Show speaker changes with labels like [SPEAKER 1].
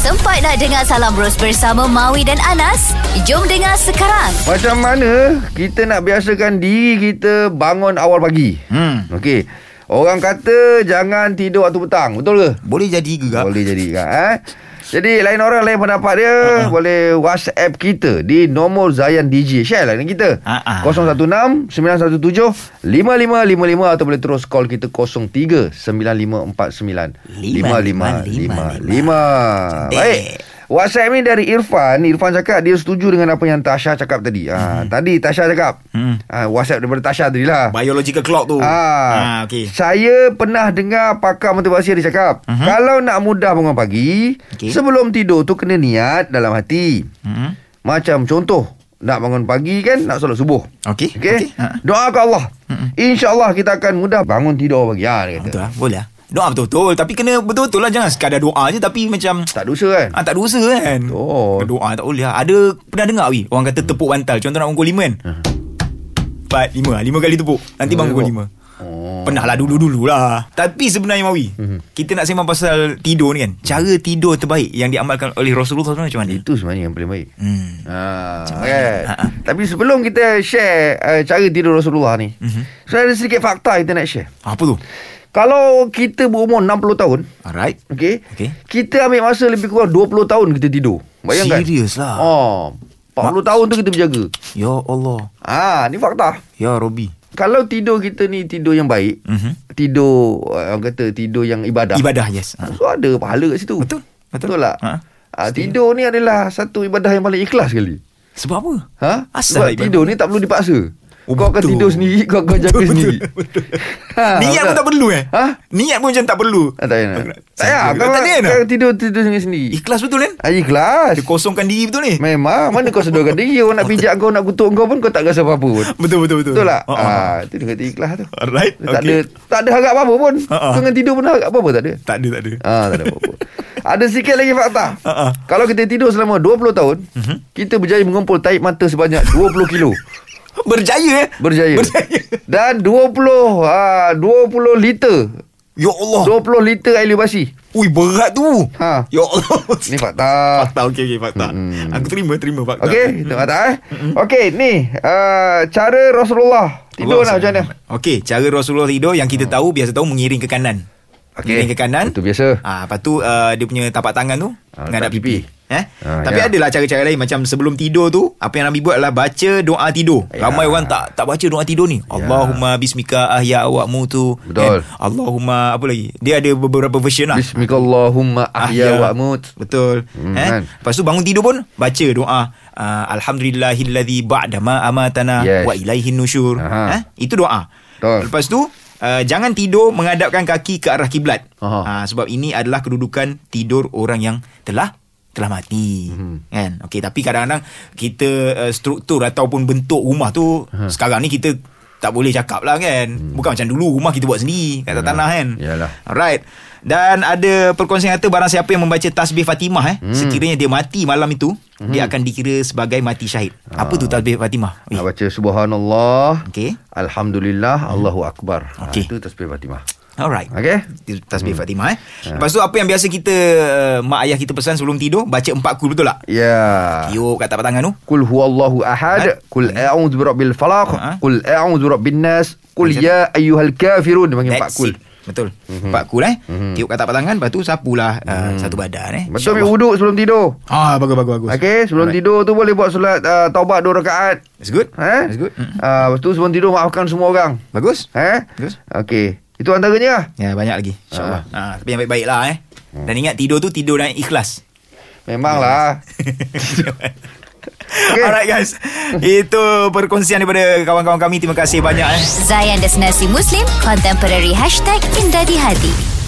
[SPEAKER 1] Sempat nak dengar Salam Bros bersama Maui dan Anas? Jom dengar sekarang.
[SPEAKER 2] Macam mana kita nak biasakan diri kita bangun awal pagi?
[SPEAKER 3] Hmm.
[SPEAKER 2] Okey. Orang kata jangan tidur waktu petang. Betul ke?
[SPEAKER 3] Boleh jadi ke
[SPEAKER 2] Tak.
[SPEAKER 3] kak?
[SPEAKER 2] Boleh jadi kan eh? Jadi lain orang lain pendapat dia uh-huh. Boleh whatsapp kita Di nombor Zayan DJ Share lah dengan kita
[SPEAKER 3] Ha-ha.
[SPEAKER 2] uh-huh. 016-917-5555 Atau boleh terus call kita 03-9549-5555 Baik WhatsApp ni dari Irfan Irfan cakap dia setuju dengan apa yang Tasha cakap tadi ha, Tadi Tasha cakap
[SPEAKER 3] Hmm.
[SPEAKER 2] ha, WhatsApp daripada Tasha tadi lah
[SPEAKER 3] Biological clock tu.
[SPEAKER 2] Ah,
[SPEAKER 3] ah okey. Mhm.
[SPEAKER 2] Saya pernah dengar pakar motivasi dia cakap, uh-huh. kalau nak mudah bangun pagi, okay.
[SPEAKER 3] Okey.
[SPEAKER 2] sebelum tidur tu kena niat dalam hati.
[SPEAKER 3] Hmm.
[SPEAKER 2] Macam contoh, nak bangun pagi kan nak solat subuh.
[SPEAKER 3] Okey.
[SPEAKER 2] Okey. Okay?
[SPEAKER 3] Ha.
[SPEAKER 2] Doa ke Allah. Uh-huh. InsyaAllah kita akan mudah bangun tidur pagi. Ha, dia kata.
[SPEAKER 3] Betul lah. Boleh lah. Doa betul-betul. Tapi kena betul-betul lah. Jangan sekadar doa je. Tapi macam...
[SPEAKER 2] Tak dosa kan?
[SPEAKER 3] Ah, tak ada usaha kan
[SPEAKER 2] Betul.
[SPEAKER 3] Doa tak boleh lah. Ada Pernah dengar we Orang kata tepuk bantal Contoh nak bangun pukul 5 kan
[SPEAKER 2] Hmm.
[SPEAKER 3] Empat Lima Lima kali tepuk Nanti bangun pukul lima
[SPEAKER 2] Oh. Hmm.
[SPEAKER 3] Pernah lah dulu-dulu lah Tapi sebenarnya Mawi Kita nak sembang pasal tidur ni kan Cara tidur terbaik Yang diamalkan oleh Rasulullah SAW macam mana
[SPEAKER 2] Itu sebenarnya yang paling baik.
[SPEAKER 3] hmm.
[SPEAKER 2] Ha,
[SPEAKER 3] Ha,
[SPEAKER 2] kan?
[SPEAKER 3] ha.
[SPEAKER 2] Tapi sebelum kita share uh, cara tidur Rasulullah ni,
[SPEAKER 3] Mhm.
[SPEAKER 2] so ada sedikit fakta kita nak share.
[SPEAKER 3] Apa tu?
[SPEAKER 2] Kalau kita berumur 60 tahun,
[SPEAKER 3] Alright
[SPEAKER 2] Okey.
[SPEAKER 3] Okey.
[SPEAKER 2] Kita ambil masa lebih kurang 20 tahun kita tidur. Bayangkan.
[SPEAKER 3] Serius lah.
[SPEAKER 2] Oh. 40
[SPEAKER 3] Ma-
[SPEAKER 2] tahun tu kita berjaga.
[SPEAKER 3] Ya Allah
[SPEAKER 2] Ah, ni fakta.
[SPEAKER 3] Ya Robi
[SPEAKER 2] Kalau tidur kita ni tidur yang baik,
[SPEAKER 3] Mhm.
[SPEAKER 2] tidur uh, orang kata tidur yang ibadah.
[SPEAKER 3] Ibadah yes ha.
[SPEAKER 2] So ada pahala kat situ.
[SPEAKER 3] Betul. Betul.
[SPEAKER 2] Betul tak?
[SPEAKER 3] Ha.
[SPEAKER 2] Ah, tidur ni adalah satu ibadah yang paling ikhlas sekali.
[SPEAKER 3] Sebab apa?
[SPEAKER 2] Ha?
[SPEAKER 3] Asal
[SPEAKER 2] Sebab tidur ni tak perlu dipaksa.
[SPEAKER 3] Oh,
[SPEAKER 2] kau akan
[SPEAKER 3] betul.
[SPEAKER 2] tidur sendiri, kau akan jaga sendiri.
[SPEAKER 3] betul.
[SPEAKER 2] Ha,
[SPEAKER 3] Niat pun
[SPEAKER 2] betul.
[SPEAKER 3] tak perlu eh
[SPEAKER 2] Ha?
[SPEAKER 3] Niat pun macam tak perlu
[SPEAKER 2] Ah, tak payah. nak. Tak payah.
[SPEAKER 3] Tak
[SPEAKER 2] Kau,
[SPEAKER 3] payah nak.
[SPEAKER 2] kau tidur tidur sendiri.
[SPEAKER 3] Ikhlas betul kan
[SPEAKER 2] Ah, ikhlas.
[SPEAKER 3] Dia kosongkan diri betul ni
[SPEAKER 2] Memang Mana kau sedorkan diri Orang nak pijak kau Nak kutuk kau pun Kau tak rasa apa-apa pun
[SPEAKER 3] Betul betul betul
[SPEAKER 2] Betul tak?
[SPEAKER 3] Ha, ha.
[SPEAKER 2] Ah, Itu dia kata ikhlas tu
[SPEAKER 3] Alright
[SPEAKER 2] Dia tak, ada, tak ada harap apa-apa pun
[SPEAKER 3] Ha, ha.
[SPEAKER 2] Kau dengan tidur pun harap apa-apa tak ada
[SPEAKER 3] Tak ada tak ada
[SPEAKER 2] ah, Tak ada apa-apa Ada sikit lagi fakta
[SPEAKER 3] Ha, ha.
[SPEAKER 2] Kalau kita tidur selama 20 tahun Kita berjaya mengumpul taib mata sebanyak 20 kilo
[SPEAKER 3] Berjaya eh
[SPEAKER 2] Berjaya,
[SPEAKER 3] Berjaya
[SPEAKER 2] Dan 20 ah, 20 liter
[SPEAKER 3] Ya Allah
[SPEAKER 2] 20 liter air liur basi
[SPEAKER 3] Ui berat tu
[SPEAKER 2] Ha.
[SPEAKER 3] Ya Allah
[SPEAKER 2] Ni fakta
[SPEAKER 3] Fakta okey okey fakta
[SPEAKER 2] Mm-mm.
[SPEAKER 3] Aku terima terima fakta
[SPEAKER 2] Okey, itu kata eh. Okey, ni uh, cara Rasulullah tidur lah macam mana? Hmm.
[SPEAKER 3] Okey, cara Rasulullah tidur yang kita tahu biasa tahu mengiring ke kanan.
[SPEAKER 2] Okey.
[SPEAKER 3] Mengiring ke kanan.
[SPEAKER 2] Itu biasa.
[SPEAKER 3] Ah, lepas tu uh, dia punya tapak tangan tu
[SPEAKER 2] Ah,
[SPEAKER 3] menghadap
[SPEAKER 2] letak pipi.
[SPEAKER 3] pipi. Eh?
[SPEAKER 2] Ah, ya.
[SPEAKER 3] Tapi adalah cara-cara lain macam sebelum tidur tu, apa yang Nabi buat adalah baca doa tidur.
[SPEAKER 2] Ya.
[SPEAKER 3] Ramai orang tak tak baca doa tidur ni. Allahumma bismika ahya wa mutu.
[SPEAKER 2] Betul.
[SPEAKER 3] Allahumma apa lagi? Dia ada beberapa version lah.
[SPEAKER 2] Bismillahumma
[SPEAKER 3] Ah,
[SPEAKER 2] ahya wa amut.
[SPEAKER 3] ya. Betul
[SPEAKER 2] Hmm,
[SPEAKER 3] hmm, eh?
[SPEAKER 2] kan?
[SPEAKER 3] kan? Lepas tu bangun tidur pun Baca doa uh, Alhamdulillahilladzi ba'da ma amatana
[SPEAKER 2] Yes.
[SPEAKER 3] Wa ilaihin nusyur
[SPEAKER 2] Aha.
[SPEAKER 3] eh? Itu doa
[SPEAKER 2] Betul.
[SPEAKER 3] Lepas tu uh, Jangan tidur Menghadapkan kaki ke arah kiblat
[SPEAKER 2] Aha.
[SPEAKER 3] uh, Sebab ini adalah kedudukan Tidur orang yang telah telah mati hmm. kan okey tapi kadang-kadang kita uh, struktur ataupun bentuk rumah tu sekarang ni kita tak boleh cakap lah kan hmm. bukan macam dulu rumah kita buat sendiri kat atas tanah kan
[SPEAKER 2] Yalah.
[SPEAKER 3] Alright. Dan ada perkongsian kata barang siapa yang membaca tasbih Fatimah eh hmm. sekiranya dia mati malam itu hmm. dia akan dikira sebagai mati syahid. Apa tu
[SPEAKER 2] Ah.
[SPEAKER 3] tasbih Fatimah?
[SPEAKER 2] Nak baca subhanallah.
[SPEAKER 3] Okey.
[SPEAKER 2] Alhamdulillah, Allahu akbar.
[SPEAKER 3] Okey.
[SPEAKER 2] Ha, itu tasbih Fatimah.
[SPEAKER 3] Alright.
[SPEAKER 2] Okey. Ah.
[SPEAKER 3] Tasbih hmm. Fatimah eh. Lepas tu apa yang biasa kita uh, mak ayah kita pesan sebelum tidur baca empat kul betul tak?
[SPEAKER 2] Ya.
[SPEAKER 3] Tiup kat tapak tangan tu.
[SPEAKER 2] Kul huwallahu
[SPEAKER 3] Ha?
[SPEAKER 2] ahad, kul a'udzu birabbil falaq,
[SPEAKER 3] Ha?
[SPEAKER 2] kul a'udzu birabbin nas, kul
[SPEAKER 3] Macam-
[SPEAKER 2] ya ayyuhal kafirun Dia panggil empat
[SPEAKER 3] That's
[SPEAKER 2] kul. Hmm.
[SPEAKER 3] it. Betul. Mm-hmm. Empat kul eh. Mm-hmm. Tiup kat tapak tangan lepas tu sapulah uh, satu badan eh.
[SPEAKER 2] Betul ambil
[SPEAKER 3] InsyaAllah.
[SPEAKER 2] wuduk sebelum tidur.
[SPEAKER 3] Ah bagus bagus bagus.
[SPEAKER 2] Okey, sebelum
[SPEAKER 3] Alright.
[SPEAKER 2] tidur tu boleh buat solat uh, taubat dua rakaat.
[SPEAKER 3] That's good.
[SPEAKER 2] Eh?
[SPEAKER 3] That's good. Mm.
[SPEAKER 2] Ah, lepas tu sebelum tidur maafkan semua orang.
[SPEAKER 3] Bagus.
[SPEAKER 2] Eh?
[SPEAKER 3] Terus?
[SPEAKER 2] Okey. Itu antaranya lah.
[SPEAKER 3] Ya banyak lagi InsyaAllah ha. ha, Tapi yang baik-baik lah eh Dan ingat tidur tu Tidur dengan ikhlas
[SPEAKER 2] Memanglah.
[SPEAKER 3] okay. Alright guys Itu perkongsian daripada Kawan-kawan kami Terima kasih banyak eh
[SPEAKER 1] Zayan Destinasi Muslim Contemporary Hashtag Indah di Hati